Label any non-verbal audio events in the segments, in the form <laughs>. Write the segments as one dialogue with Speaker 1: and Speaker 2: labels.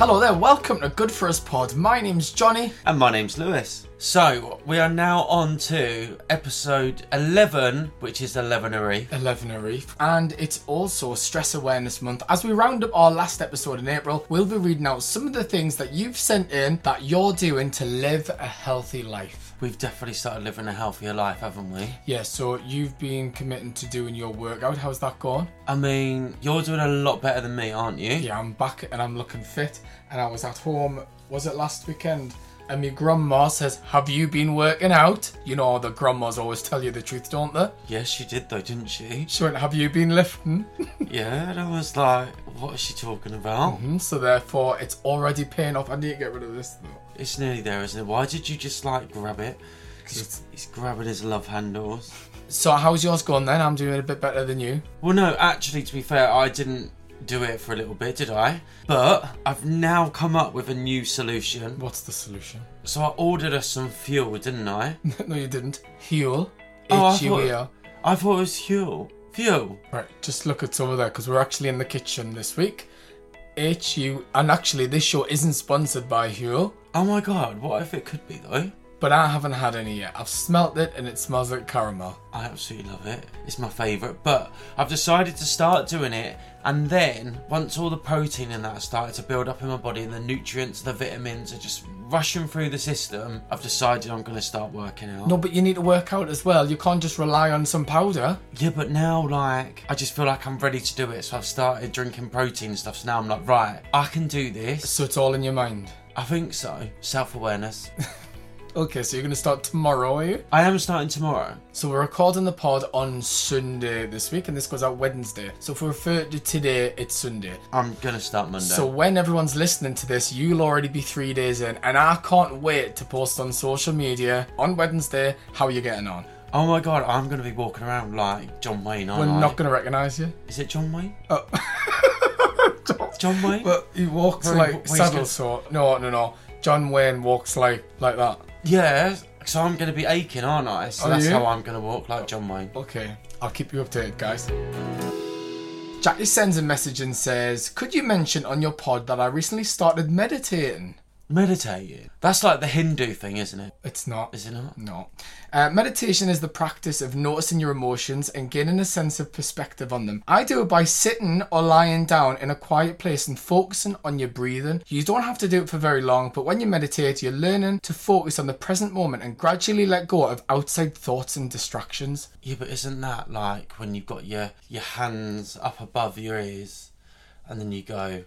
Speaker 1: Hello there, welcome to Good For Us Pod. My name's Johnny.
Speaker 2: And my name's Lewis. So we are now on to episode 11, which is 11ery.
Speaker 1: 11 Arif, and it's also Stress Awareness Month. As we round up our last episode in April, we'll be reading out some of the things that you've sent in that you're doing to live a healthy life.
Speaker 2: We've definitely started living a healthier life, haven't we?
Speaker 1: Yeah, so you've been committing to doing your workout. How's that going?
Speaker 2: I mean, you're doing a lot better than me, aren't you?
Speaker 1: Yeah, I'm back and I'm looking fit. And I was at home, was it last weekend? And my grandma says, Have you been working out? You know, the grandmas always tell you the truth, don't they?
Speaker 2: Yeah, she did though, didn't she?
Speaker 1: She went, Have you been lifting?
Speaker 2: yeah, and I was like, what is she talking about?
Speaker 1: Mm, So therefore, it's already paying off. I need to get rid of this though.
Speaker 2: It's nearly there, isn't it? Why did you just like grab it? He's, he's grabbing his love handles.
Speaker 1: So how's yours going then? I'm doing a bit better than you.
Speaker 2: Well, no, actually, to be fair, I didn't do it for a little bit, did I? But I've now come up with a new solution.
Speaker 1: What's the solution?
Speaker 2: So I ordered us some fuel, didn't I?
Speaker 1: <laughs> no, you didn't. Huel.
Speaker 2: Oh, I
Speaker 1: H U E L.
Speaker 2: I thought it was fuel. Fuel.
Speaker 1: Right, just look at some of that because we're actually in the kitchen this week. H U. And actually, this show isn't sponsored by Huel,
Speaker 2: Oh my god, what if it could be though?
Speaker 1: but I haven't had any yet. I've smelt it and it smells like caramel.
Speaker 2: I absolutely love it. It's my favourite, but I've decided to start doing it. And then, once all the protein in that started to build up in my body and the nutrients, the vitamins are just rushing through the system, I've decided I'm going to start working out.
Speaker 1: No, but you need to work out as well. You can't just rely on some powder.
Speaker 2: Yeah, but now, like, I just feel like I'm ready to do it. So I've started drinking protein and stuff. So now I'm like, right, I can do this.
Speaker 1: So it's all in your mind.
Speaker 2: I think so. Self awareness.
Speaker 1: Okay, so you're going to start tomorrow, are you?
Speaker 2: I am starting tomorrow.
Speaker 1: So we're recording the pod on Sunday this week, and this goes out Wednesday. So if we refer to today, it's Sunday.
Speaker 2: I'm going to start Monday.
Speaker 1: So when everyone's listening to this, you'll already be three days in, and I can't wait to post on social media on Wednesday how you're getting on.
Speaker 2: Oh my god, I'm gonna be walking around like John Wayne, aren't
Speaker 1: We're
Speaker 2: I?
Speaker 1: not going to recognise you.
Speaker 2: Is it John Wayne?
Speaker 1: <laughs> Oh.
Speaker 2: John Wayne?
Speaker 1: But he walks
Speaker 2: Very
Speaker 1: like
Speaker 2: wa-
Speaker 1: saddle
Speaker 2: wasted.
Speaker 1: sort. No, no, no. John Wayne walks like like that.
Speaker 2: yeah, so I'm gonna be aching, aren't I? So
Speaker 1: Are
Speaker 2: that's
Speaker 1: you?
Speaker 2: how I'm gonna walk like John Wayne.
Speaker 1: Okay, I'll keep you updated, guys. Jackie sends a message and says, "Could you mention on your pod that I recently started meditating?"
Speaker 2: Meditating. That's like the Hindu thing, isn't it?
Speaker 1: It's not.
Speaker 2: Is it not?
Speaker 1: No. Uh, meditation is the practice of noticing your emotions and gaining a sense of perspective on them. I do it by sitting or lying down in a quiet place and focusing on your breathing. You don't have to do it for very long, but when you meditate, you're learning to focus on the present moment and gradually let go of outside thoughts and distractions.
Speaker 2: Yeah, but isn't that like when you've got your your hands up above your ears and then you go,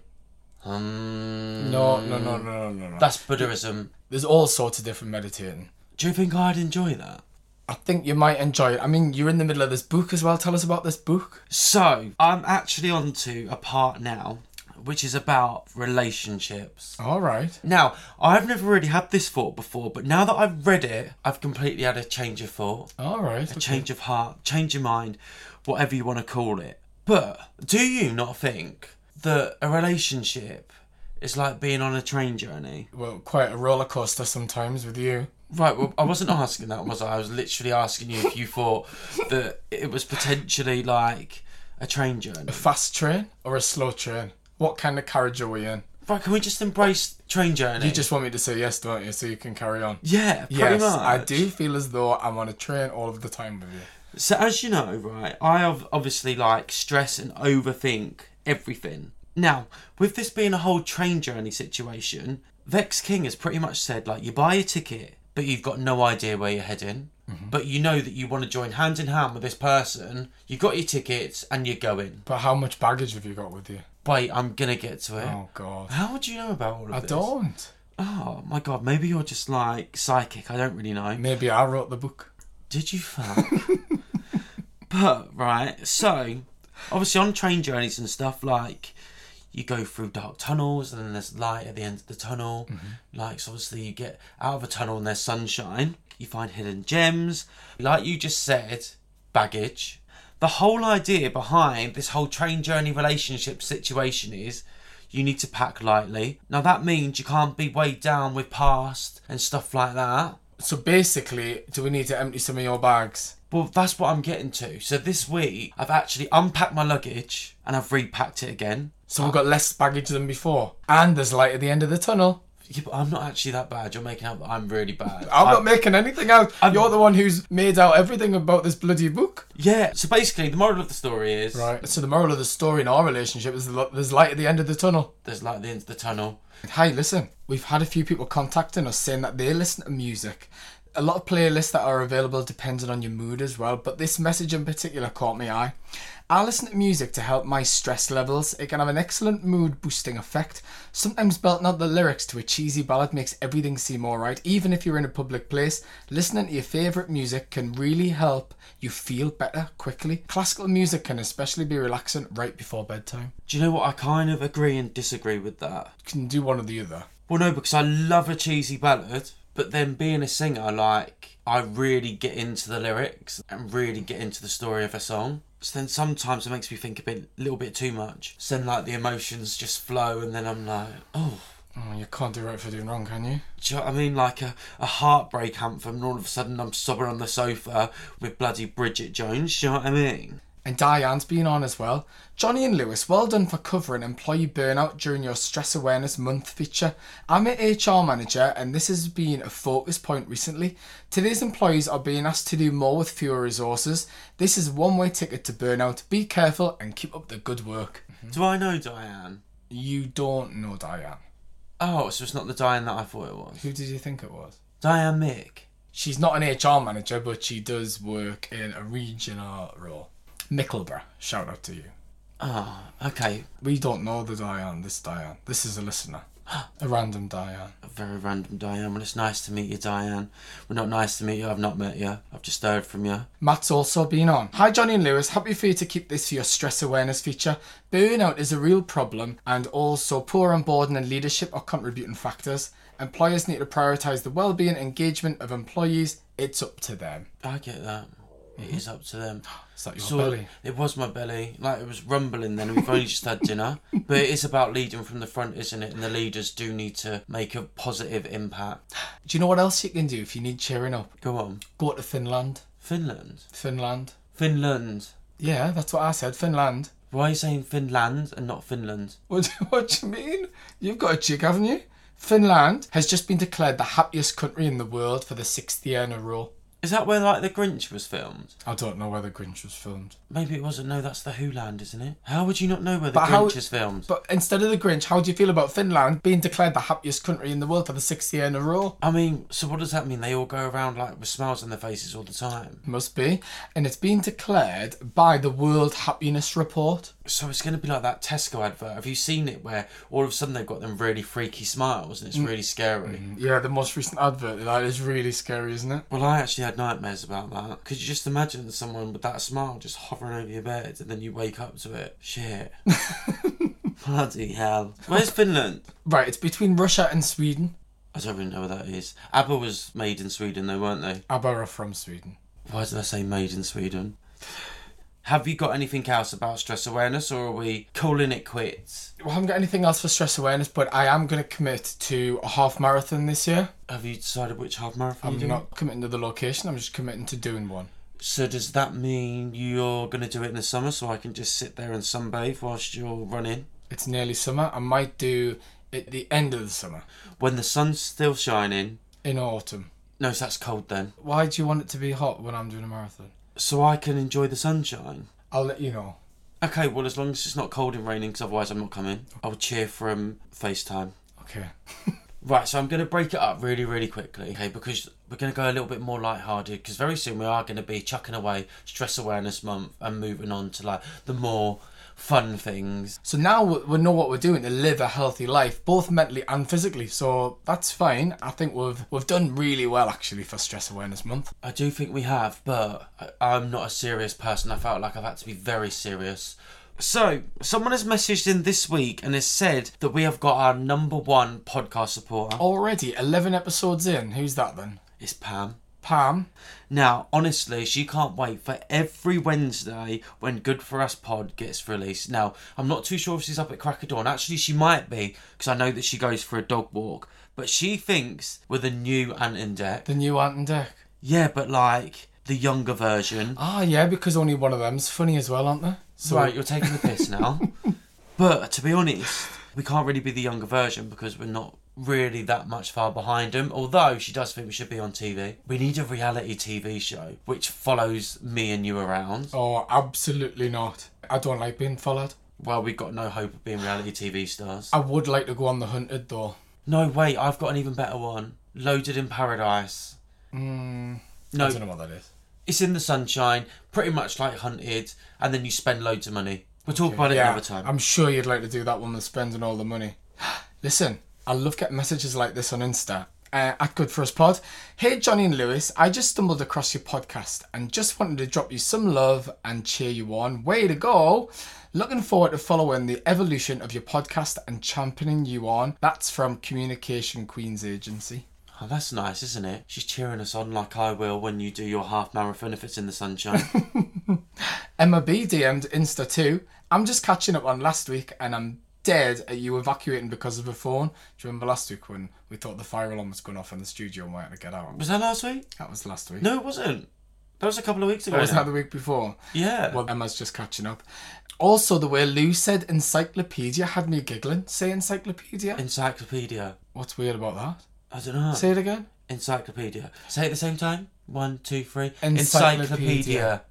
Speaker 2: um
Speaker 1: No, no, no, no, no, no. no.
Speaker 2: That's Buddhism.
Speaker 1: There's all sorts of different meditating.
Speaker 2: Do you think I'd enjoy that?
Speaker 1: I think you might enjoy it. I mean, you're in the middle of this book as well. Tell us about this book.
Speaker 2: So I'm actually onto a part now which is about relationships.
Speaker 1: All right.
Speaker 2: Now, I've never really had this thought before, but now that I've read it, I've completely had a change of thought,
Speaker 1: All right.
Speaker 2: a change of heart, change of mind, whatever you want to call it. But do you not think that a relationship is like being on a train journey?
Speaker 1: Well, quite a roller coaster sometimes with you.
Speaker 2: Right, well, I wasn't asking that, was I? I was literally asking you if you thought that it was potentially like a train journey.
Speaker 1: fast train or a slow train? What kind of carriage are we in?
Speaker 2: Right, can we just embrace train journey?
Speaker 1: You just want me to say yes, don't you? So you can carry on.
Speaker 2: yeah, pretty
Speaker 1: yes,
Speaker 2: much.
Speaker 1: I do feel as though I'm on a train all of the time with you.
Speaker 2: So as you know, right, I ob- obviously like stress and overthink everything. Now, with this being a whole train journey situation, Vex King has pretty much said like you buy a ticket, but you've got no idea where you're heading.
Speaker 1: Mm-hmm.
Speaker 2: But you know that you want to join hand in hand with this person. You got your tickets and you're going.
Speaker 1: But how much baggage have you got with you?
Speaker 2: Wait, I'm gonna get to it.
Speaker 1: Oh God,
Speaker 2: How would you know about all of
Speaker 1: I
Speaker 2: this?
Speaker 1: don't.
Speaker 2: Oh my god, maybe you're just like psychic. I don't really know.
Speaker 1: Maybe I wrote the book.
Speaker 2: Did you fuck? <laughs> but right, so obviously on train journeys and stuff, like you go through dark tunnels and then there's light at the end of the tunnel. Like so obviously you get out of a tunnel and there's sunshine. You find hidden gems. Like you just said, baggage. The whole idea behind this whole train journey relationship situation is you need to pack lightly. Now that means you can't be weighed down with past and stuff like that.
Speaker 1: So basically, do we need to empty some of your bags?
Speaker 2: Well, that's what I'm getting to. So this week, I've actually unpacked my luggage and I've repacked it again.
Speaker 1: So we've got less baggage than before. And there's light at the end of the tunnel.
Speaker 2: Yeah, but I'm not actually that bad. You're making out that I'm really bad.
Speaker 1: I'm
Speaker 2: I-
Speaker 1: not making anything out. You're the one who's made out everything about this bloody book.
Speaker 2: yeah. So basically, the moral of the story is
Speaker 1: Right. So the moral of the story in our relationship is lo- there's light at the end of the tunnel.
Speaker 2: there's like the end of the tunnel.
Speaker 1: Hey, listen, we've had a few people contacting us saying that they listen to music. A lot of playlists that are available depending on your mood as well, but this message in particular caught my eye. I listen to music to help my stress levels. It can have an excellent mood boosting effect. Sometimes belting out the lyrics to a cheesy ballad makes everything seem alright, even if you're in a public place. Listening to your favourite music can really help you feel better quickly. Classical music can especially be relaxing right before bedtime.
Speaker 2: Do you know what? I kind of agree and disagree with that.
Speaker 1: You can do one or the other.
Speaker 2: Well, no, because I love a cheesy ballad, but then being a singer, like, I really get into the lyrics and really get into the story of a song. So then sometimes it makes me think a bit, little bit too much. So then, like, the emotions just flow, and then I'm like, oh.
Speaker 1: Oh, you can't do right for doing wrong, can you?
Speaker 2: Do you know what I mean? Like a, a heartbreak anthem, and all of a sudden I'm sobbing on the sofa with bloody Bridget Jones. Do you know what I mean?
Speaker 1: And Diane's been on as well. Johnny and Lewis, well done for covering employee burnout during your Stress Awareness Month feature. I'm an HR manager, and this has been a focus point recently. Today's employees are being asked to do more with fewer resources. This is one way ticket to burnout. Be careful and keep up the good work.
Speaker 2: Do I know Diane?
Speaker 1: You don't know Diane.
Speaker 2: Oh, so it's not the Diane that I thought it was.
Speaker 1: Who did you think it was?
Speaker 2: Diane Mick.
Speaker 1: She's not an HR manager, but she does work in a regional role. Mickleborough, shout out to you.
Speaker 2: Oh, okay.
Speaker 1: We don't know the Diane, this Diane. This is a listener. <gasps> A random Diane.
Speaker 2: A very random Diane. Well, it's nice to meet you, Diane. Well, not nice to meet you. I've not met you. I've just heard from you.
Speaker 1: Matt's also been on. Hi, Johnny and Lewis. Happy for you to keep this for your stress awareness feature. Burnout is a real problem, and also poor onboarding and leadership are contributing factors. Employers need to prioritise the well-being and engagement of employees. It's up to them.
Speaker 2: I get that. It is up to them.
Speaker 1: Is that Mm-hmm. <gasps> your
Speaker 2: So,
Speaker 1: belly?
Speaker 2: It was my belly. Like it was rumbling then. We've only just had
Speaker 1: <laughs>
Speaker 2: dinner. But it is about leading from the front, isn't it? And the leaders do need to make a positive impact.
Speaker 1: Do you know what else you can do if you need cheering up?
Speaker 2: Go on.
Speaker 1: Go to Finland.
Speaker 2: Finland.
Speaker 1: Finland.
Speaker 2: Finland.
Speaker 1: Yeah, that's what I said. Finland.
Speaker 2: Why are you saying Finland and not Finland?
Speaker 1: What, <laughs> what do you mean? You've got a chick, haven't you? Finland has just been declared the happiest country in the world for the sixth year in a row.
Speaker 2: Is that where like the Grinch was filmed?
Speaker 1: I don't know where the Grinch was filmed.
Speaker 2: Maybe it wasn't. No, that's the Who Land, isn't it? How would you not know where the
Speaker 1: But
Speaker 2: Grinch
Speaker 1: how-
Speaker 2: is filmed?
Speaker 1: But instead of the Grinch, how do you feel about Finland being declared the happiest country in the world for the sixth year in a row?
Speaker 2: I mean, so what does that mean? They all go around like with smiles on their faces all the time.
Speaker 1: Must be. And it's been declared by the World Happiness Report.
Speaker 2: So it's going to be like that Tesco advert. Have you seen it where all of a sudden they've got them really freaky smiles and it's
Speaker 1: Mm.
Speaker 2: really scary?
Speaker 1: Yeah, the most recent advert. That is really scary, isn't it? <laughs>
Speaker 2: Well, I actually had nightmares about that. Could you just imagine someone with that smile just hovering over your bed and then you wake up to it? Shit. <laughs> Bloody hell. Where's Finland?
Speaker 1: Right, it's between Russia and Sweden.
Speaker 2: I don't really know where that is. ABBA was made in Sweden, though, weren't they?
Speaker 1: ABBA are from Sweden.
Speaker 2: Why did I say made in Sweden? Have you got anything else about stress awareness or are we calling it quits?
Speaker 1: Well, I haven't got anything else for stress awareness, but I am going to commit to a half marathon this year.
Speaker 2: Have you decided which half marathon
Speaker 1: I'm
Speaker 2: you're doing?
Speaker 1: not committing to the location, I'm just committing to doing one.
Speaker 2: So does that mean you're going to do it in the summer so I can just sit there and sunbathe whilst you're running?
Speaker 1: It's nearly summer. I might do it the end of the summer,
Speaker 2: When the sun's still shining.
Speaker 1: in autumn.
Speaker 2: No, so that's cold then.
Speaker 1: Why do you want it to be hot when I'm doing a marathon?
Speaker 2: So I can enjoy the sunshine.
Speaker 1: I'll let you know.
Speaker 2: Okay, well, as long as it's not cold and raining, 'cause otherwise I'm not coming. I'll cheer from FaceTime.
Speaker 1: Okay.
Speaker 2: Right, so I'm going to break it up really, really quickly, okay? Because we're going to go a little bit more lighthearted, because very soon we are going to be chucking away Stress Awareness Month and moving on to like the more fun things.
Speaker 1: So now we we know what we're doing to live a healthy life, both mentally and physically. So that's fine. I think we've we've done really well actually for Stress Awareness Month.
Speaker 2: I do think we have, but I, I'm not a serious person. I felt like I've had to be very serious. So, someone has messaged in this week and has said that we have got our number one podcast supporter.
Speaker 1: Already eleven episodes in. Who's that then?
Speaker 2: It's Pam.
Speaker 1: Pam.
Speaker 2: Now, honestly, she can't wait for every Wednesday when Good For Us Pod gets released. Now, I'm not too sure if she's up at crack of dawn. Actually, she might be, because I know that she goes for a dog walk. But she thinks we're the new Ant and Deck.
Speaker 1: The new Ant and Deck.
Speaker 2: Yeah, but like the younger version.
Speaker 1: Ah yeah, because only one of them's funny as well, aren't they? So
Speaker 2: Right, you're taking the piss now. But to be honest, we can't really be the younger version because we're not really that much far behind them. Although she does think we should be on TV. We need a reality TV show which follows me and you around.
Speaker 1: Oh, absolutely not. I don't like being followed.
Speaker 2: Well, we've got no hope of being reality TV stars.
Speaker 1: I would like to go on the hunted though.
Speaker 2: No, wait, I've got an even better one. Loaded in Paradise.
Speaker 1: I
Speaker 2: No,
Speaker 1: don't know what that is.
Speaker 2: it's in the sunshine, pretty much like Hunted, and then you spend loads of money. We'll talk about it another time.
Speaker 1: I'm sure you'd like to do that one with spending all the money. <sighs> Listen, I love getting messages like this on Insta. Uh, at Good For Us Pod. Hey, Johnny and Lewis, I just stumbled across your podcast and just wanted to drop you some love and cheer you on. Way to go! Looking forward to following the evolution of your podcast and championing you on. That's from Communication Queens Agency.
Speaker 2: Oh, that's nice, isn't it? She's cheering us on like I will when you do your half marathon if it's in
Speaker 1: <laughs>
Speaker 2: the sunshine.
Speaker 1: Emma B DM'd Insta too. I'm just catching up on last week and I'm dead at you evacuating because of a phone. Do you remember last week when we thought the fire alarm was going off in the studio and we had to get out?
Speaker 2: was that last week?
Speaker 1: That was last week.
Speaker 2: No, it wasn't. That was a couple of weeks ago.
Speaker 1: Was
Speaker 2: now.
Speaker 1: Oh, that the week before?
Speaker 2: Yeah.
Speaker 1: Well, Emma's just catching up. Also, the way Lou said encyclopedia had me giggling. Say encyclopedia.
Speaker 2: Encyclopedia.
Speaker 1: What's weird about that?
Speaker 2: I don't know.
Speaker 1: Say it again.
Speaker 2: Encyclopedia. Say it at the same time. One, two, three.
Speaker 1: Encyclopedia.
Speaker 2: Encyclopedia.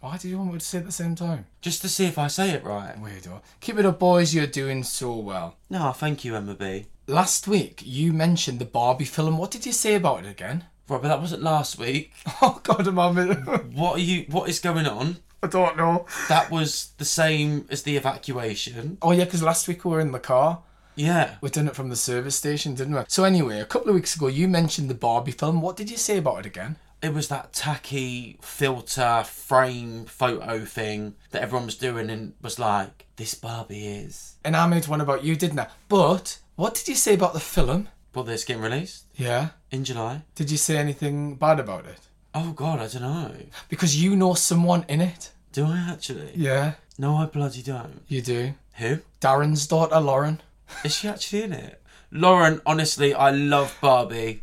Speaker 1: Why do you want me to say it at the same time?
Speaker 2: Just to see if I say it right.
Speaker 1: Weirdo. Keep it up, boys. You're doing so well.
Speaker 2: No, thank you, Emma B.
Speaker 1: Last week, you mentioned the Barbie film. What did you say about it again?
Speaker 2: Right, but that wasn't last week.
Speaker 1: <laughs> Oh, God, am I mid-
Speaker 2: What are you? What is going on?
Speaker 1: <laughs> I don't know.
Speaker 2: That was the same as the evacuation.
Speaker 1: Oh yeah, because last week we were in the car.
Speaker 2: Yeah.
Speaker 1: We done it from the service station, didn't we? So anyway, a couple of weeks ago, you mentioned the Barbie film. What did you say about it again?
Speaker 2: it was that tacky filter frame photo thing that everyone was doing and was like, this Barbie is.
Speaker 1: And I made one about you, didn't I? But what did you say about the film?
Speaker 2: Well, this getting released
Speaker 1: Yeah.
Speaker 2: in July.
Speaker 1: Did you say anything bad about it?
Speaker 2: Oh God, I don't know.
Speaker 1: Because you know someone in it.
Speaker 2: Do I actually?
Speaker 1: Yeah,
Speaker 2: No, I bloody don't.
Speaker 1: you do.
Speaker 2: Who?
Speaker 1: Darren's daughter, Lauren.
Speaker 2: Is she actually in it? Lauren, honestly, I love Barbie.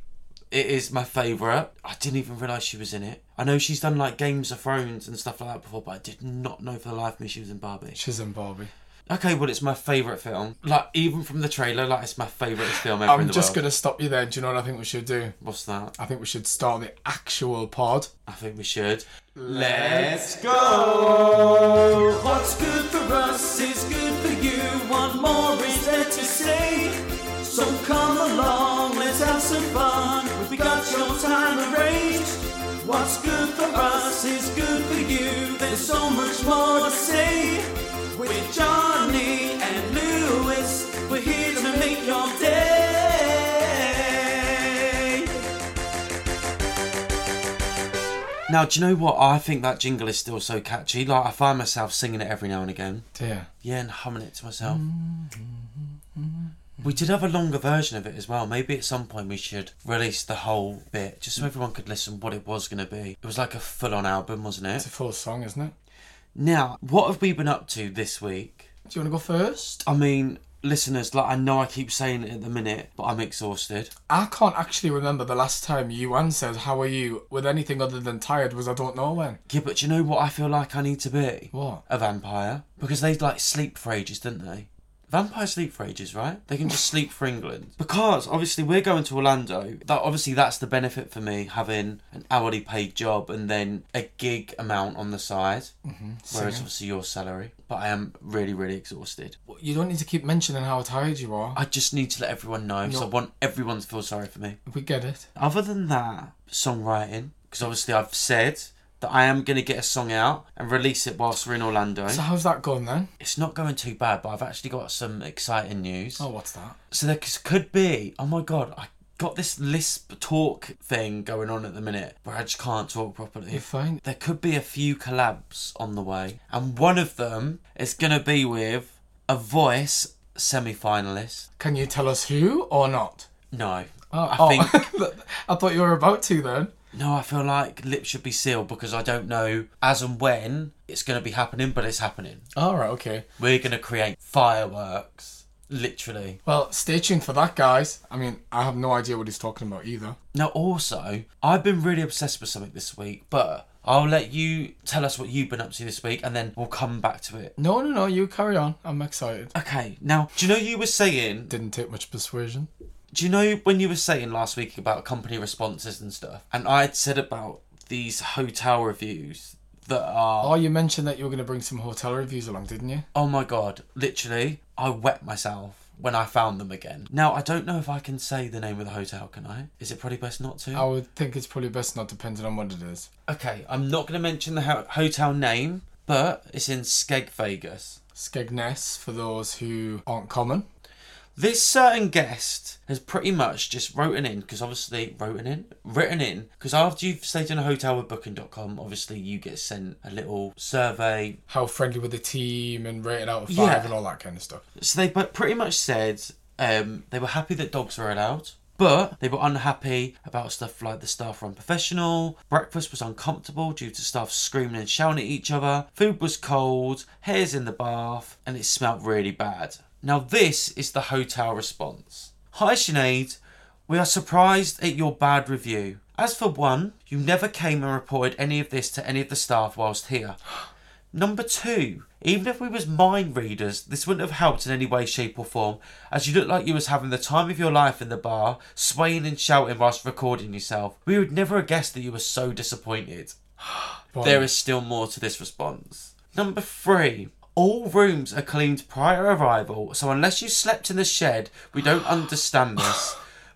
Speaker 2: It is my favourite. I didn't even realise she was in it. I know she's done like Games of Thrones and stuff like that before, but I did not know for the life of me she was in Barbie.
Speaker 1: She's in Barbie.
Speaker 2: Okay, well, it's my favourite film. Like, even from the trailer, like, it's my favourite film ever in
Speaker 1: I'm
Speaker 2: the
Speaker 1: just
Speaker 2: world.
Speaker 1: gonna stop you there. Do you know what I think we should do?
Speaker 2: What's that?
Speaker 1: I think we should start the actual pod.
Speaker 2: I think we should. Let's go! What's good for us is good for you. One more is there to say. So come along, let's have some fun. We've got your time arranged. What's good for us is good for you. There's so much more to say. With Johnny and Lewis, we're here to make your day. Now, do you know what? I think that jingle is still so catchy. Like, I find myself singing it every now and again.
Speaker 1: Dear.
Speaker 2: Yeah, and humming it to myself. We did have a longer version of it as well. Maybe at some point we should release the whole bit just so everyone could listen what it was going to be. It was like a full on album, wasn't
Speaker 1: It's
Speaker 2: it?
Speaker 1: a full song, isn't it?
Speaker 2: Now, what have we been up to this week?
Speaker 1: Do you wanna go first?
Speaker 2: I mean, listeners, like, I know I keep saying it at the minute, but I'm exhausted.
Speaker 1: I can't actually remember the last time you answered "How are you?" with anything other than tired. Was I don't know when.
Speaker 2: Yeah, but do you know what I feel like I need to be?
Speaker 1: What?
Speaker 2: a vampire because they like sleep for ages, didn't they? Vampires sleep for ages, right? They can just sleep for England <laughs> because obviously we're going to Orlando. That obviously that's the benefit for me having an hourly paid job and then a gig amount on the side, mm-hmm. whereas obviously your salary. But I am really, really exhausted.
Speaker 1: You don't need to keep mentioning how tired you are.
Speaker 2: I just need to let everyone know, so I want everyone to feel sorry for me.
Speaker 1: We get it.
Speaker 2: Other than that, songwriting because obviously I've said that I am going to get a song out and release it whilst we're in Orlando.
Speaker 1: So how's that going then?
Speaker 2: It's not going too bad, but I've actually got some exciting news.
Speaker 1: Oh, what's that?
Speaker 2: So there c- could be. Oh my god, I got this lisp talk thing going on at the minute where I just can't talk properly.
Speaker 1: You're fine.
Speaker 2: There could be a few collabs on the way, and one of them is gonna be with a voice semi-finalist.
Speaker 1: Can you tell us who or not?
Speaker 2: No,
Speaker 1: Oh,
Speaker 2: I
Speaker 1: oh.
Speaker 2: think
Speaker 1: <laughs> I thought you were about to then.
Speaker 2: No, I feel like lips should be sealed because I don't know as and when it's going to be happening, but it's happening.
Speaker 1: All right. Okay.
Speaker 2: We're going to create fireworks, literally.
Speaker 1: Well, stay tuned for that, guys. I mean, I have no idea what he's talking about either.
Speaker 2: Now, also, I've been really obsessed with something this week, but I'll let you tell us what you've been up to this week, and then we'll come back to it.
Speaker 1: No, no, no. You carry on. I'm excited.
Speaker 2: Okay. Now, do you know you were saying?
Speaker 1: Didn't take much persuasion.
Speaker 2: Do you know when you were saying last week about company responses and stuff? And I had said about these hotel reviews that are.
Speaker 1: Oh, you mentioned that you were going to bring some hotel reviews along, didn't you?
Speaker 2: Oh my god, literally, I wet myself when I found them again. Now, I don't know if I can say the name of the hotel, can I? Is it probably best not to?
Speaker 1: I would think it's probably best not, depending on what it is.
Speaker 2: Okay, I'm not going to mention the ho- hotel name, but it's in Skeg, Vegas.
Speaker 1: Skegness, for those who aren't common.
Speaker 2: This certain guest has pretty much just written in because obviously written in, written in because after you've stayed in a hotel with Booking.com, obviously you get sent a little survey.
Speaker 1: How friendly with the team and rated out of five
Speaker 2: Yeah.
Speaker 1: and all that kind of stuff.
Speaker 2: So they bu- pretty much said um, they were happy that dogs were allowed, but they were unhappy about stuff like the staff were unprofessional, breakfast was uncomfortable due to staff screaming and shouting at each other, food was cold, hairs in the bath, and it smelled really bad. Now this is the hotel response. Hi Sinead, we are surprised at your bad review. As for one, you never came and reported any of this to any of the staff whilst here. Number two, even if we was mind readers, this wouldn't have helped in any way, shape or form, as you looked like you was having the time of your life in the bar, swaying and shouting whilst recording yourself. We would never have guessed that you were so disappointed.
Speaker 1: But
Speaker 2: There is still more to this response. Number three. All rooms are cleaned prior arrival, so unless you slept in the shed, we don't understand this.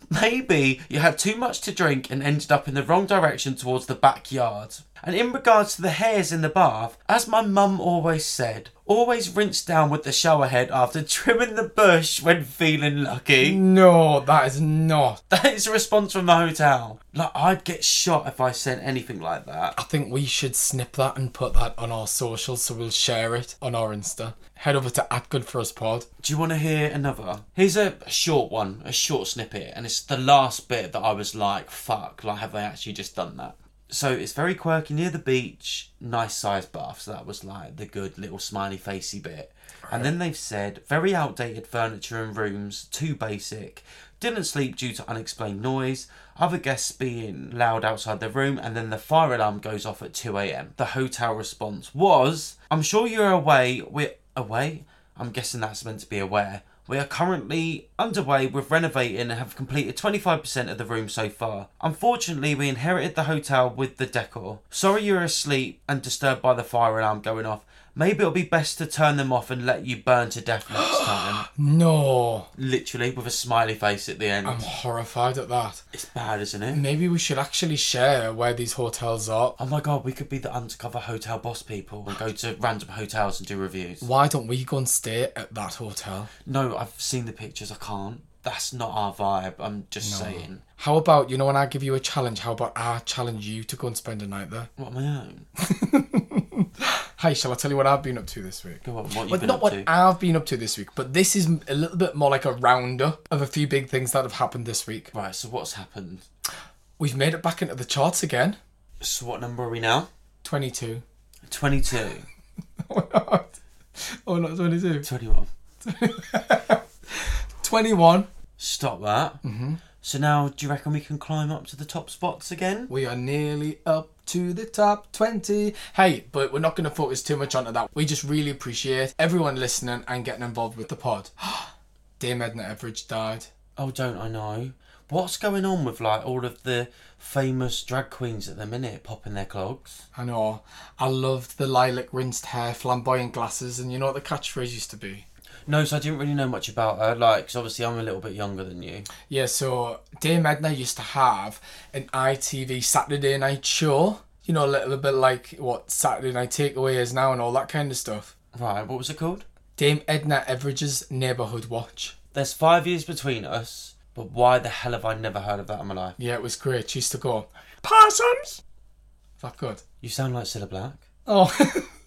Speaker 2: Maybe you had too much to drink and ended up in the wrong direction towards the backyard. And in regards to the hairs in the bath, as my mum always said, always rinse down with the shower head after <laughs> trimming the bush when feeling lucky.
Speaker 1: No, that is not.
Speaker 2: That is a response from the hotel. Like, I'd get shot if I said anything like that.
Speaker 1: I think we should snip that and put that on our socials so we'll share it on our Insta. Head over to at Good For Us Pod.
Speaker 2: Do you want to hear another? Here's a, a short one, a short snippet, and it's the last bit that I was like, fuck, like, have they actually just done that? So it's very quirky, near the beach, nice sized bath. So that was like the good little smiley facey bit. And then they've said, very outdated furniture and rooms, too basic. Didn't sleep due to unexplained noise. Other guests being loud outside the room, and then the fire alarm goes off at 2 a.m. The hotel response was, I'm sure you're away. We're away? I'm guessing that's meant to be aware. We are currently underway with renovating and have completed 25% of the room so far. Unfortunately, we inherited the hotel with the decor. Sorry you're asleep and disturbed by the fire alarm going off. Maybe it'll be best to turn them off and let you burn to death next time.
Speaker 1: No,
Speaker 2: Literally, with a smiley face at the end.
Speaker 1: I'm horrified at that.
Speaker 2: It's bad, isn't it?
Speaker 1: Maybe we should actually share where these hotels are.
Speaker 2: Oh my god, we could be the undercover hotel boss people and go to random hotels and do reviews.
Speaker 1: Why don't we go and stay at that hotel?
Speaker 2: No, I've seen the pictures, I can't. That's not our vibe, I'm just saying.
Speaker 1: How about, you know, when I give you a challenge, how about I challenge you to go and spend a night there?
Speaker 2: What my own?
Speaker 1: Hey, shall I tell you what I've been up to this week?
Speaker 2: Go on, what you
Speaker 1: But
Speaker 2: been
Speaker 1: not
Speaker 2: up
Speaker 1: what
Speaker 2: to?
Speaker 1: I've been up to this week, but this is a little bit more like a roundup of a few big things that have happened this week.
Speaker 2: Right, so what's happened?
Speaker 1: We've made it back into the charts again.
Speaker 2: So what number are we now?
Speaker 1: 22.
Speaker 2: 22.
Speaker 1: <laughs> oh, not 22.
Speaker 2: 21.
Speaker 1: 21.
Speaker 2: Stop that. Mm-hmm. So now, do you reckon we can climb up to the top spots again?
Speaker 1: We are nearly up to the top 20. Hey, but we're not going to focus too much onto that. We just really appreciate everyone listening and getting involved with the pod. <gasps> Dame Edna Everidge died.
Speaker 2: Oh, don't I know. What's going on with, like, all of the famous drag queens at the minute popping their clogs?
Speaker 1: I know. I loved the lilac rinsed hair, flamboyant glasses, and you know what the catchphrase used to be?
Speaker 2: No, so I didn't really know much about her, like, 'cause obviously I'm a little bit younger than you.
Speaker 1: Yeah, so Dame Edna used to have an ITV Saturday night show. You know, a little bit like what Saturday Night Takeaway is now and all that kind of stuff.
Speaker 2: Right, what was it called?
Speaker 1: Dame Edna Everidge's Neighbourhood Watch.
Speaker 2: There's five years between us, but why the hell have I never heard of that in my life?
Speaker 1: Yeah, it was great. She used to go, Parsons! That good.
Speaker 2: You sound like Cilla Black.
Speaker 1: Oh,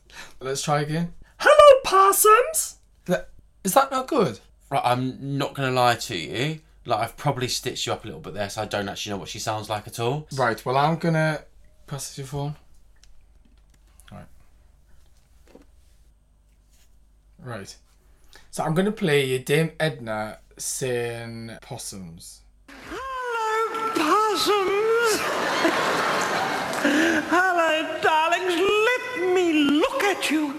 Speaker 1: <laughs> let's try again. Hello, Parsons! Th- Is that not good?
Speaker 2: Right, I'm not gonna lie to you. Like I've probably stitched you up a little bit there, so I don't actually know what she sounds like at all.
Speaker 1: Right, well, I'm gonna pass this your phone. Right. Right. So I'm gonna play you Dame Edna saying possums.
Speaker 3: Hello, possums. <laughs> Hello, darlings. Let me look at you.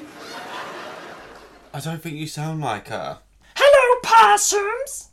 Speaker 2: I don't think you sound like her.
Speaker 3: Hello, Parsons.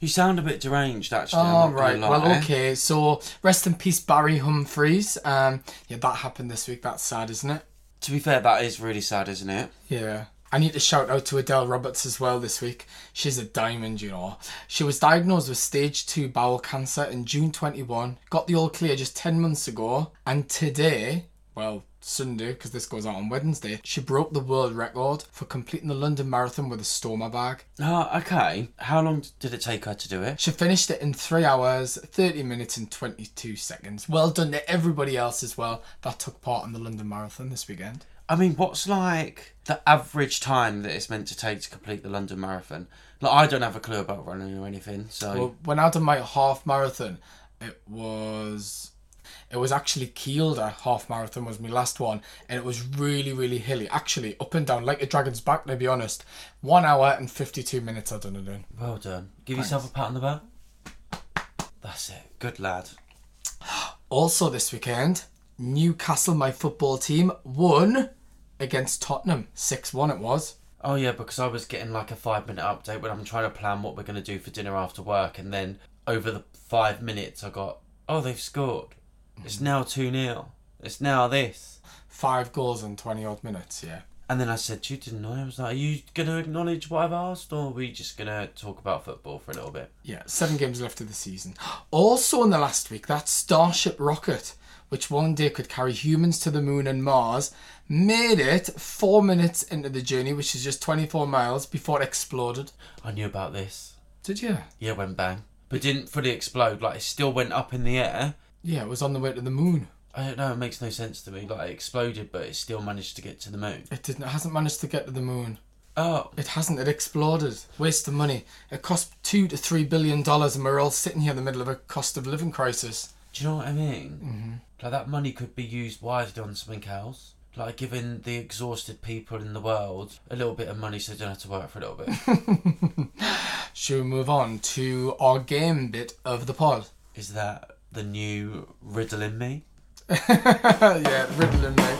Speaker 2: You sound a bit deranged, actually. I'm
Speaker 1: All
Speaker 2: not
Speaker 1: Oh, Ah, right.
Speaker 2: gonna lie.
Speaker 1: Well, okay. So rest in peace, Barry Humphries. Um, yeah, that happened this week. That's sad, isn't it?
Speaker 2: To be fair, that is really sad, isn't it?
Speaker 1: Yeah. I need to shout out to Adele Roberts as well this week. She's a diamond, you know. She was diagnosed with stage 2 bowel cancer in June 21, got the all clear just 10 months ago, and today, well, Sunday, because this goes out on Wednesday, she broke the world record for completing the London Marathon with a stoma bag.
Speaker 2: Oh, okay. How long did it take her to do it?
Speaker 1: She finished it in 3 hours, 30 minutes, and 22 seconds. Well done to everybody else as well that took part in the London Marathon this weekend.
Speaker 2: I mean, what's like the average time that it's meant to take to complete the London Marathon? Like, I don't have a clue about running or anything, so
Speaker 1: Well, when I done my half marathon, it was it was actually Kiel. That half marathon was my last one, and it was really, really hilly. Actually, up and down like a dragon's back. To be honest, one hour and fifty-two minutes. I done it in.
Speaker 2: well done. Give yourself a pat on the back. That's it. Good lad.
Speaker 1: Also, this weekend, Newcastle, my football team, won against Tottenham. Six-one. It was.
Speaker 2: Oh yeah, because I was getting like a five minute update when I'm trying to plan what we're gonna do for dinner after work, and then over the five minutes I got, oh they've scored. It's now two 0 It's now this.
Speaker 1: Five goals in twenty odd minutes. Yeah.
Speaker 2: And then I said to you, didn't I? I was like, are you gonna acknowledge what I've asked, or are we just gonna talk about football for a little bit?
Speaker 1: Yeah, seven games left of the season. <gasps> Also in the last week, that Starship rocket, which one day could carry humans to the moon and Mars, made it four minutes into the journey, which is just 24 miles, before it exploded.
Speaker 2: I knew about this.
Speaker 1: Did you?
Speaker 2: Yeah, it went bang, but didn't fully explode. Like it still went up in the air.
Speaker 1: Yeah, it was on the way to the moon.
Speaker 2: I don't know. It makes no sense to me. Like it exploded, but it still managed to get to the moon.
Speaker 1: It didn't. It hasn't managed to get to the moon.
Speaker 2: Oh,
Speaker 1: It hasn't. It exploded. Waste of money. It cost two to three billion dollars, and we're all sitting here in the middle of a cost of living crisis.
Speaker 2: Do you know what I mean? Mm-hmm. Like that money could be used wisely on something else. Like giving the exhausted people in the world a little bit of money so they don't have to work for a
Speaker 1: <laughs>
Speaker 2: little bit.
Speaker 1: Should we move on to our game bit of the pod?
Speaker 2: Is that the new riddle in me?
Speaker 1: <laughs> yeah, riddling me.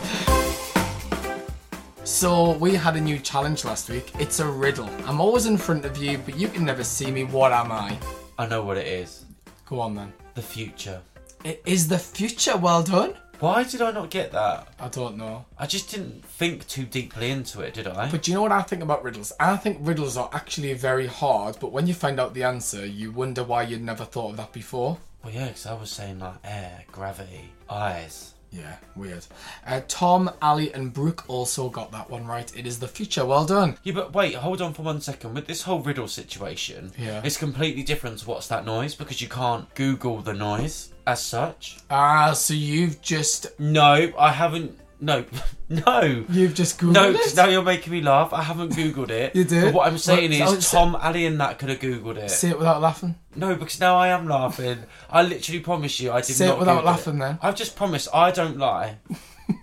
Speaker 1: So we had a new challenge last week. It's a riddle. I'm always in front of you, but you can never see me. What am I?
Speaker 2: I know what it is.
Speaker 1: Go on then.
Speaker 2: The future.
Speaker 1: It is the future. Well done.
Speaker 2: Why did I not get that?
Speaker 1: I don't know.
Speaker 2: I just didn't think too deeply into it, did I?
Speaker 1: But do you know what I think about riddles? I think riddles are actually very hard, but when you find out the answer, you wonder why you'd never thought of that before.
Speaker 2: Well, yeah, because I was saying like air, gravity, eyes.
Speaker 1: Yeah, weird. Uh, Tom, Ali, and Brooke also got that one right. It is the future. Well done.
Speaker 2: Yeah, but wait, hold on for one second. With this whole riddle situation,
Speaker 1: Yeah.
Speaker 2: it's completely different to what's that noise because you can't Google the noise as such.
Speaker 1: Ah, so you've just
Speaker 2: No, I haven't. No, <laughs> no,
Speaker 1: you've just googled
Speaker 2: no.
Speaker 1: it?
Speaker 2: 'cause Now you're making me laugh. I haven't googled
Speaker 1: <laughs>
Speaker 2: it.
Speaker 1: You did?
Speaker 2: But what I'm saying
Speaker 1: Well,
Speaker 2: is,
Speaker 1: I'll say-
Speaker 2: Tom, Ali, and that could have googled it.
Speaker 1: Say it without laughing.
Speaker 2: No, because now I am laughing. I literally promise you, I did
Speaker 1: Say it
Speaker 2: not.
Speaker 1: without
Speaker 2: Google
Speaker 1: laughing then.
Speaker 2: I've just promised. I
Speaker 1: <laughs>
Speaker 2: don't lie.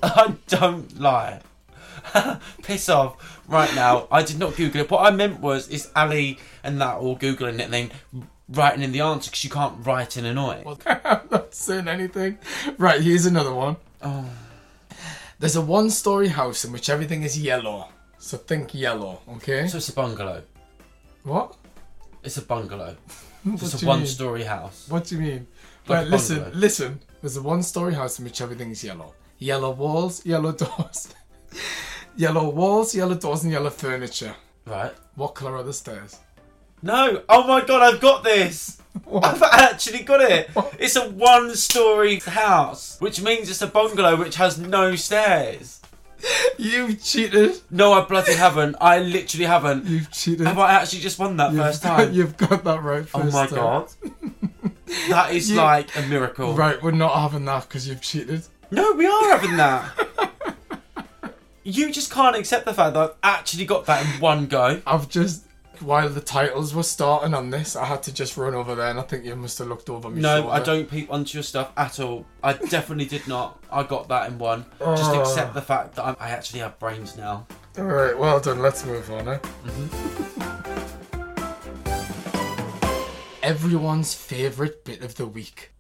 Speaker 2: I don't lie. <laughs> Piss off right now. I did not Google it. What I meant was, is Ali and that all googling it and then writing in the answer because you can't write in a noise.
Speaker 1: <laughs> I'm not saying anything. Right, here's another one.
Speaker 2: Oh.
Speaker 1: There's a one story house in which everything is yellow. So think yellow, okay?
Speaker 2: So it's a bungalow.
Speaker 1: what?
Speaker 2: It's a bungalow.
Speaker 1: What
Speaker 2: It's
Speaker 1: do
Speaker 2: a
Speaker 1: you mean?
Speaker 2: one-story house.
Speaker 1: What do you mean?
Speaker 2: Like
Speaker 1: right,
Speaker 2: a
Speaker 1: listen,
Speaker 2: bungalow.
Speaker 1: listen. There's a one story house in which everything is yellow. Yellow walls, yellow <laughs> doors. yellow walls, yellow doors, and yellow furniture.
Speaker 2: Right.
Speaker 1: What colour are the stairs?
Speaker 2: No. Oh my god, I've
Speaker 1: <laughs>
Speaker 2: got this. I've actually got it. It's a one-story house, which means it's a bungalow which has no stairs.
Speaker 1: You've cheated.
Speaker 2: No, I bloody haven't. I literally haven't.
Speaker 1: You've cheated.
Speaker 2: Have I actually just won that
Speaker 1: You've-
Speaker 2: first
Speaker 1: <laughs>
Speaker 2: time?
Speaker 1: You've got that right first
Speaker 2: oh my
Speaker 1: time.
Speaker 2: god. That is
Speaker 1: You-
Speaker 2: like a miracle.
Speaker 1: Right, we're not having that because you've cheated.
Speaker 2: No, we are
Speaker 1: <laughs>
Speaker 2: having that. you just can't accept the fact that I've actually got that in one go.
Speaker 1: I've just while the titles were starting on this, I had to just run over there, and I think <laughs> you must have looked over me.
Speaker 2: No,
Speaker 1: shoulder.
Speaker 2: I don't peep onto your stuff at all. I definitely did not. I got that in one. Just
Speaker 1: Oh.
Speaker 2: accept the fact that I'm, I actually have brains now.
Speaker 1: All right, well done. Let's move on. Eh?
Speaker 2: Mm-hmm.
Speaker 1: Everyone's favorite bit of the week.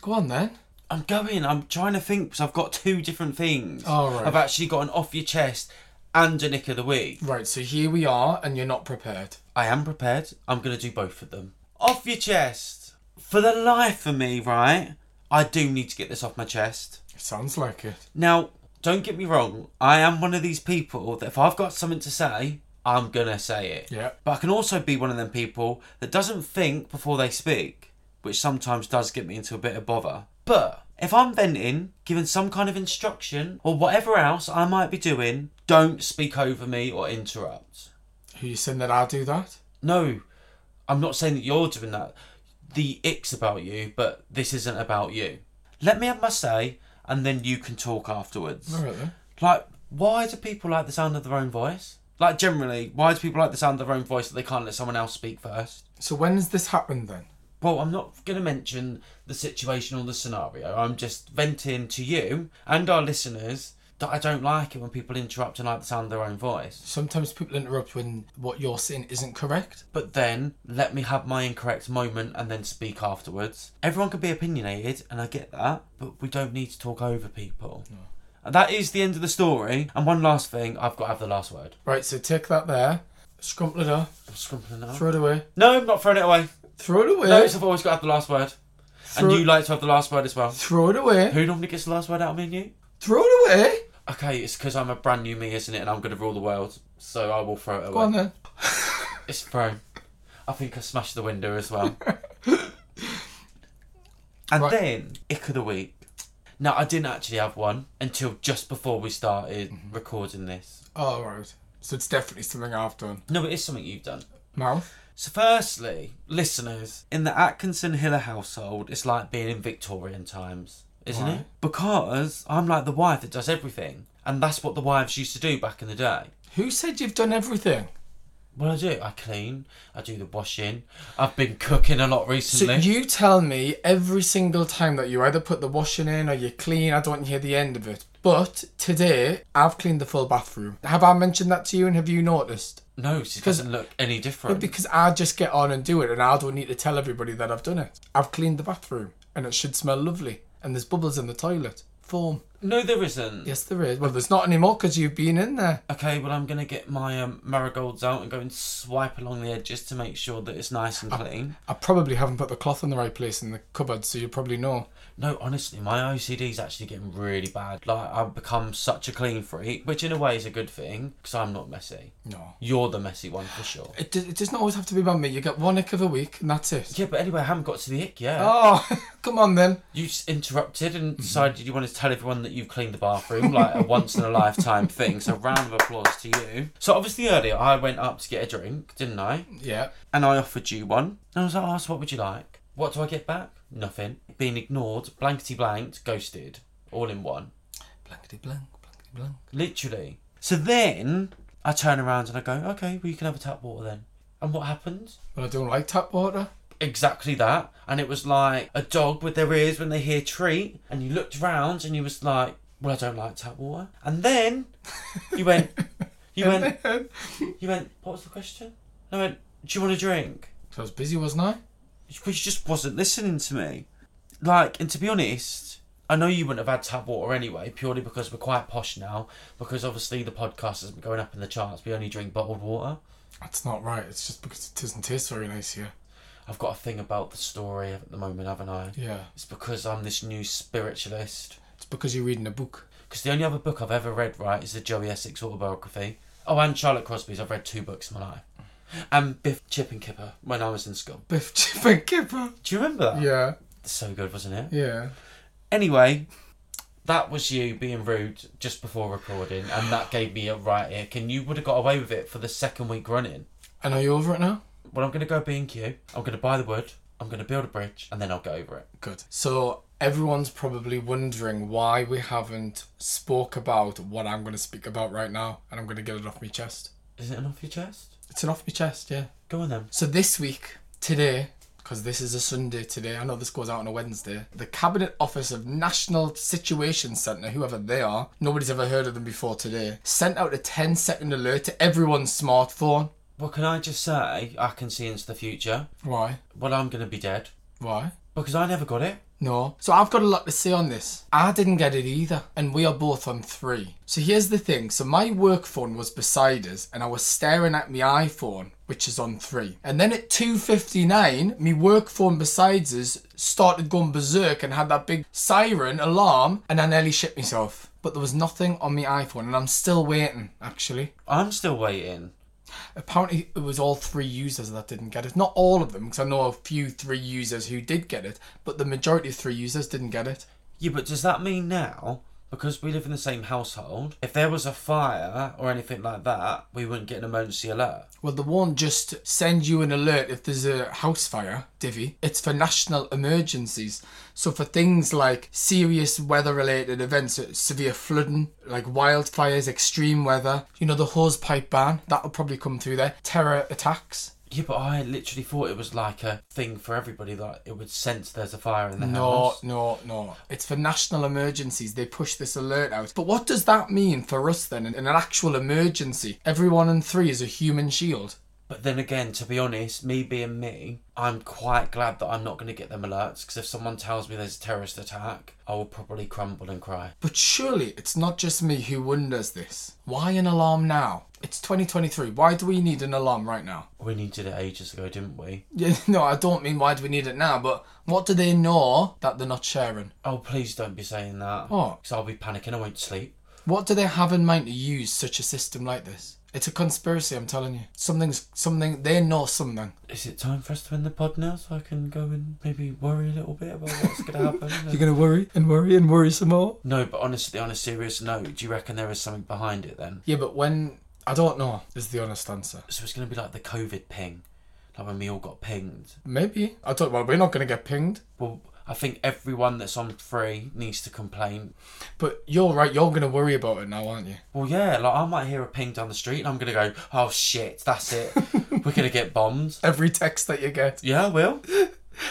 Speaker 1: Go on then.
Speaker 2: I'm going. I'm trying to think because I've got two different things.
Speaker 1: Oh, right.
Speaker 2: I've actually got an off your chest and a nick of the week.
Speaker 1: Right, so here we are, and you're not prepared.
Speaker 2: I am prepared. I'm going to do both of them. Off your chest. For the life of me, right? I do need to get this off my chest.
Speaker 1: Sounds like it.
Speaker 2: Now, don't get me wrong. I am one of these people that if I've got something to say, I'm going to say it.
Speaker 1: Yeah.
Speaker 2: But I can also be one of them people that doesn't think before they speak, which sometimes does get me into a bit of bother. But if I'm venting, giving some kind of instruction, or whatever else I might be doing, don't speak over me or interrupt.
Speaker 1: Are you saying that I'll do that?
Speaker 2: No, I'm not saying that you're doing that. The ick's about you, but this isn't about you. Let me have my say, and then you can talk afterwards.
Speaker 1: All right then.
Speaker 2: Like, why do people like the sound of their own voice? Like, generally, why do people like the sound of their own voice that they can't let someone else speak first?
Speaker 1: So when has this happened then?
Speaker 2: Well, I'm not going to mention the situation or the scenario. I'm just venting to you and our listeners that I don't like it when people interrupt and like the sound of their own voice.
Speaker 1: Sometimes people interrupt when what you're saying isn't correct.
Speaker 2: But then let me have my incorrect moment and then speak afterwards. Everyone can be opinionated, and I get that, but we don't need to talk over people. And That is the end of the story. And one last thing, I've got to have the last word.
Speaker 1: Right, so take that there, scrumple it up,
Speaker 2: I'm scrumpling it up.
Speaker 1: throw it away.
Speaker 2: No, I'm not throwing it away.
Speaker 1: Throw it away.
Speaker 2: Notice I've always got to have the last word.
Speaker 1: Throw-
Speaker 2: And you like to have the last word as well.
Speaker 1: throw it away.
Speaker 2: Who normally gets the last word out of me and you?
Speaker 1: Throw it away.
Speaker 2: Okay, it's because I'm a brand new me, isn't it? And I'm going to rule the world. So I will throw it away.
Speaker 1: Go on
Speaker 2: <laughs>
Speaker 1: then.
Speaker 2: It's thrown. I think I smashed the window as well. <laughs> and
Speaker 1: Right.
Speaker 2: then, ick of the week. Now, I didn't actually have one until just before we started recording this.
Speaker 1: Oh, right. So it's definitely something I've done.
Speaker 2: No, it is something you've done.
Speaker 1: Mouth.
Speaker 2: So, firstly, listeners, in the Atkinson Hiller household, it's like being in Victorian times, isn't
Speaker 1: Why?
Speaker 2: it? Because I'm like the wife that does everything. And that's what the wives used to do back in the day.
Speaker 1: Who said you've done everything?
Speaker 2: Well, I do. I clean. I do the washing. I've been cooking a lot
Speaker 1: So
Speaker 2: recently.
Speaker 1: you tell me every single time that you either put the washing in or you clean, I don't hear the end of it. But today, I've cleaned the full bathroom. Have I mentioned that to you and have you noticed?
Speaker 2: no, she doesn't look any different.
Speaker 1: Because I just get on and do it and I don't need to tell everybody that I've done it. I've cleaned the bathroom and it should smell lovely. And there's bubbles in the toilet. Foam.
Speaker 2: no, there isn't.
Speaker 1: Yes, there is. Well, there's not anymore because you've been in there.
Speaker 2: Okay, well, I'm gonna get my um, marigolds out and go and swipe along the edges to make sure that it's nice
Speaker 1: Ah.
Speaker 2: and clean.
Speaker 1: I probably haven't put the cloth in the right place in the cupboard, so you probably know.
Speaker 2: No, honestly, my OCD is actually getting really bad. Like, I've become such a clean freak, which in a way is a good thing because I'm not messy.
Speaker 1: No.
Speaker 2: You're the messy one for sure.
Speaker 1: It, do- it doesn't always have to be about me. You get one ick of a week and that's it.
Speaker 2: Yeah, but anyway, I haven't got to the ick yet.
Speaker 1: Oh, <laughs> come on then.
Speaker 2: You just interrupted and decided you wanted to tell everyone that you've cleaned the bathroom, like a once in a lifetime thing. So, round of applause to you. So, obviously, earlier I went up to get a drink, didn't I?
Speaker 1: Yeah.
Speaker 2: And I offered you one. And I was like, oh, so what would you like? What do I get back? Nothing. Being ignored, blankety blanked, ghosted, all in one.
Speaker 1: Blankety blank, blankety blank.
Speaker 2: Literally. So then I turn around and I go, okay, well, you can have a tap water then. And what happened?
Speaker 1: But I don't like tap water.
Speaker 2: Exactly that. And it was like a dog with their ears when they hear treat. And you looked round and you was like, well, I don't like tap water. And then you went, you
Speaker 1: <laughs>
Speaker 2: went, you went, what was the question? And I went, do you want a drink?
Speaker 1: So I was busy, wasn't I?
Speaker 2: Because you just wasn't listening to me. Like, and to be honest, I know you wouldn't have had tap water anyway, purely because we're quite posh now. Because obviously the podcast has been going up in the charts. We only drink bottled water.
Speaker 1: That's not right. It's just because it doesn't taste very nice here.
Speaker 2: I've got a thing about the story at the moment, haven't I?
Speaker 1: Yeah.
Speaker 2: It's because I'm this new spiritualist.
Speaker 1: It's because you're reading a book. <laughs>
Speaker 2: Because the only other book I've ever read, right, is the Joey Essex autobiography. Oh, and Charlotte Crosby's. I've read two books in my life. And Biff, Chip and Kipper when I was in school.
Speaker 1: <laughs> Biff, Chip and Kipper.
Speaker 2: Do you remember that?
Speaker 1: Yeah,
Speaker 2: So good, wasn't it?
Speaker 1: yeah.
Speaker 2: Anyway, that was you being rude just before recording, and that gave me a right ick, and you would have got away with it for the second week running.
Speaker 1: And are you over it now?
Speaker 2: Well, I'm going to go B&Q, I'm going to buy the wood, I'm going to build a bridge, and then I'll go over it.
Speaker 1: Good. So everyone's probably wondering why we haven't spoke about what I'm going to speak about right now, and I'm going to get it off my chest.
Speaker 2: Is it an off your chest?
Speaker 1: It's an off my chest, yeah.
Speaker 2: Go on then.
Speaker 1: So this week, today, because this is a Sunday today, I know this goes out on a Wednesday, the Cabinet Office of National Situation Centre, whoever they are, nobody's ever heard of them before today, sent out a 10 second alert to everyone's smartphone.
Speaker 2: Well, can I just say, I can see into the future.
Speaker 1: Why?
Speaker 2: Well, I'm going to be dead.
Speaker 1: Why?
Speaker 2: Because I never got it.
Speaker 1: No. So I've got a lot to say on this. I didn't get it either, and we are both on three. So here's the thing. So my work phone was beside us, and I was staring at my iPhone, which is on three. And then at 2.59, my work phone beside us started going berserk and had that big siren alarm, and I nearly shit myself. But there was nothing on my iPhone, and I'm still waiting, actually.
Speaker 2: I'm still waiting.
Speaker 1: Apparently, it was all three users that didn't get it. Not all of them, because I know a few three users who did get it, but the majority of three users didn't get it.
Speaker 2: Yeah, but does that mean now, because we live in the same household, if there was a fire or anything like that, we wouldn't get an emergency alert?
Speaker 1: Well, they won't just send you an alert if there's a house fire, Divi. It's for national emergencies. So, for things like serious weather related events, uh, severe flooding, like wildfires, extreme weather, you know, the hosepipe ban, that'll probably come through there, terror attacks.
Speaker 2: Yeah, but I literally thought it was like a thing for everybody that it would sense there's a fire in the
Speaker 1: No,
Speaker 2: house.
Speaker 1: no, no. It's for national emergencies. They push this alert out. But what does that mean for us then in in an actual emergency? Everyone in three is a human shield.
Speaker 2: But then again, to be honest, me being me, I'm quite glad that I'm not going to get them alerts because if someone tells me there's a terrorist attack, I will probably crumble and cry.
Speaker 1: But surely it's not just me who wonders this. Why an alarm now? It's 2023. Why do we need an alarm right now? <laughs>
Speaker 2: We needed it ages ago, didn't we?
Speaker 1: Yeah, no, I don't mean why do we need it now, but what do they know that they're not sharing?
Speaker 2: Oh, please don't be saying that.
Speaker 1: Oh.
Speaker 2: Because I'll be panicking, I won't sleep.
Speaker 1: What do they have in mind to use such a system like this? It's a conspiracy, I'm telling you. Something's something they know something.
Speaker 2: Is it time for us to end the pod now so I can go and maybe worry a little bit about what's going to happen?
Speaker 1: gonna worry and worry and worry some more.
Speaker 2: No, but honestly, on a serious note, do you reckon there is something behind it then?
Speaker 1: Yeah, but when I don't know is the honest answer.
Speaker 2: So it's going to be like the COVID ping, like when we all got pinged.
Speaker 1: Maybe I don't. Well, we're not going to get pinged.
Speaker 2: Well, I think everyone that's on free needs to complain.
Speaker 1: But you're right. You're going to worry about it now, aren't you?
Speaker 2: Well, yeah, like I might hear a ping down the street and I'm going to go, oh shit, that's it. We're going to get bombed. <laughs>
Speaker 1: Every text that you get,
Speaker 2: Yeah, I will.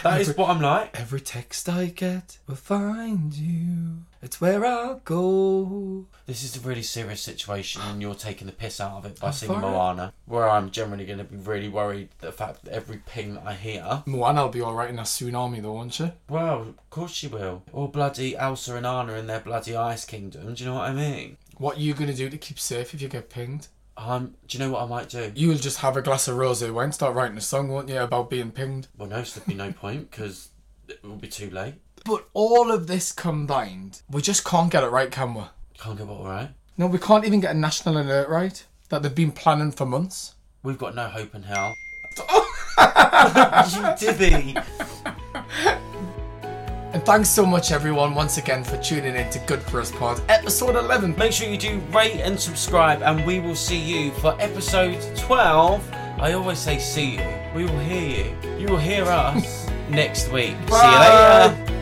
Speaker 2: That is what I'm like.
Speaker 1: every text I get will find you. It's where I'll go.
Speaker 2: This is a really serious situation and you're taking the piss out of it by seeing
Speaker 1: fine.
Speaker 2: Moana, where I'm generally going to be really worried the fact that every ping that I hear
Speaker 1: Moana'll be all right in a tsunami, though, won't she?
Speaker 2: Well, of course she will. Or bloody Elsa and Anna in their bloody ice kingdom. Do you know what I mean?
Speaker 1: What are you going to do to keep safe if you get pinged?
Speaker 2: Um, do you know what I might do?
Speaker 1: You'll just have a glass of rosé wine, start writing a song, won't you, about being pinged?
Speaker 2: Well, no, so there'd be no point because it will be too late.
Speaker 1: But all of this combined, we just can't get it right, can we?
Speaker 2: Can't get what right.
Speaker 1: No, we can't even get a national alert right that they've been planning for months.
Speaker 2: We've got no hope in hell. <laughs> you divvy.
Speaker 1: And thanks so much, everyone, once again for tuning in to Good For Us Pod, episode 11.
Speaker 2: Make sure you do rate and subscribe, and we will see you for episode 12. I always say see you. We will hear you. You will hear us next week. See you
Speaker 1: Bye.
Speaker 2: later.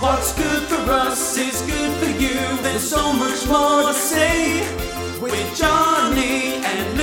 Speaker 4: What's good for us is good for you. There's so much more to say with Johnny and